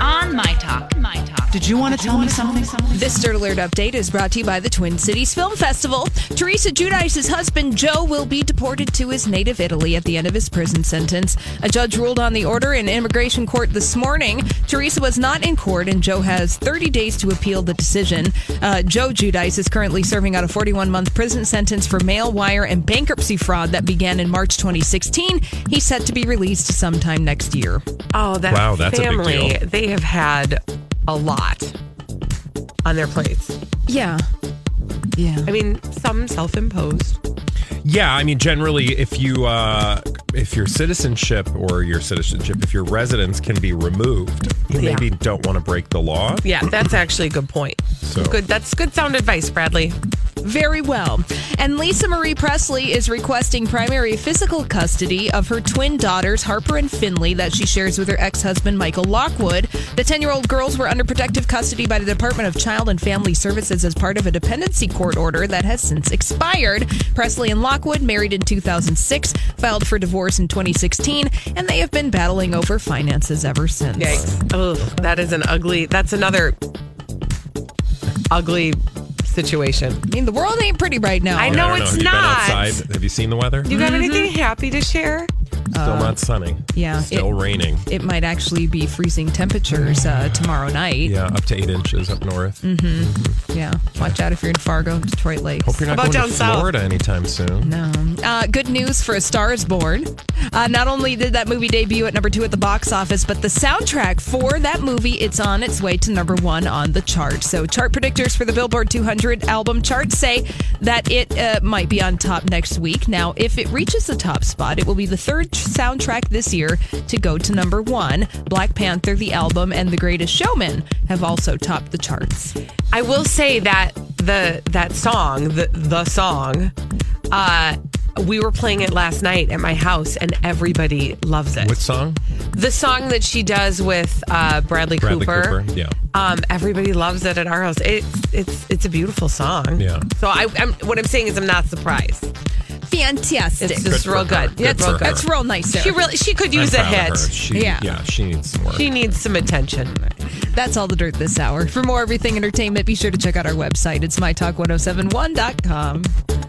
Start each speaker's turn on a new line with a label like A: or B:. A: on My Talk. My Talk.
B: Did you want to tell me something?
C: This Dirt Alert update is brought to you by the Twin Cities Film Festival. Teresa Giudice's husband, Joe, will be deported to his native Italy at the end of his prison sentence. A judge ruled on the order in immigration court this morning. Teresa was not in court, and Joe has 30 days to appeal the decision. Uh, Joe Giudice is currently serving out a 41 month prison sentence for mail, wire, and bankruptcy fraud that began in March 2016. He's set to be released sometime next year.
D: Oh, that
E: Wow, that's a big
D: family,
E: deal.
D: they have had a lot on their plates.
C: Yeah. Yeah.
D: I mean, some self imposed.
E: Yeah, I mean, generally, if you uh, if your citizenship or your citizenship, if your residence can be removed, you
D: Yeah.
E: maybe don't want to break the law.
D: Yeah, that's actually a good point.
E: So-
D: Good. That's good sound advice, Bradley.
C: Very well. And Lisa Marie Presley is requesting primary physical custody of her twin daughters, Harper and Finley, that she shares with her ex husband, Michael Lockwood. The 10 year old girls were under protective custody by the Department of Child and Family Services as part of a dependency court order that has since expired. Presley and Lockwood, married in 2006, filed for divorce in 2016, and they have been battling over finances ever since.
D: Yikes. Oh, that is an ugly. That's another ugly situation.
C: I mean, the world ain't pretty right now.
D: I
E: I
D: know. No,
E: don't
D: it's
E: Have you been
D: not.
E: outside? Have you seen the weather?
D: You Uh, got anything happy to share?
E: Still not sunny.
C: yeah,
E: Still
C: it-
E: raining.
C: It might actually be freezing temperatures uh, tomorrow night.
E: Yeah, up to eight inches up north.
D: Mm.
C: Yeah. Watch out if you're in Fargo, Detroit Lakes.
E: Hope you're not
D: How about
E: going to
D: down south?
E: Florida anytime soon.
C: No. Uh, good news for A Star is Born. Uh, not only did that movie debut at number two at the box office, but the soundtrack for that movie, it's on its way to number one on the chart. So chart predictors for the Billboard 200 album chart say that it uh, might be on top next week. Now, if it reaches the top spot, it will be the third soundtrack this year to go to number one. Black Panther, the album, and The Greatest Showman have also topped the charts.
D: I will say that the that song, the the song, uh, we were playing it last night at my house, and everybody loves it.
E: What song?
D: the song that she does with uh, Bradley,
E: Bradley
D: Cooper.
E: Cooper, yeah.
D: Um, everybody loves it at our house. It's it's it's a beautiful song.
E: Yeah.
D: So I I'm, what I'm saying is I'm not surprised.
C: Fantastic.
D: It's just
E: for
D: real
E: her.
D: good.
E: Good
D: It's
E: for
D: real good.
E: her.
C: That's real nice there.
D: She really she could
E: I'm
D: use a
E: proud of her.
D: hit.
E: She,
C: Yeah.
E: yeah. she needs some work.
D: She needs some attention.
C: That's all the dirt this oh hour. For more everything entertainment, be sure to check out our website. It's mytalk1071.com.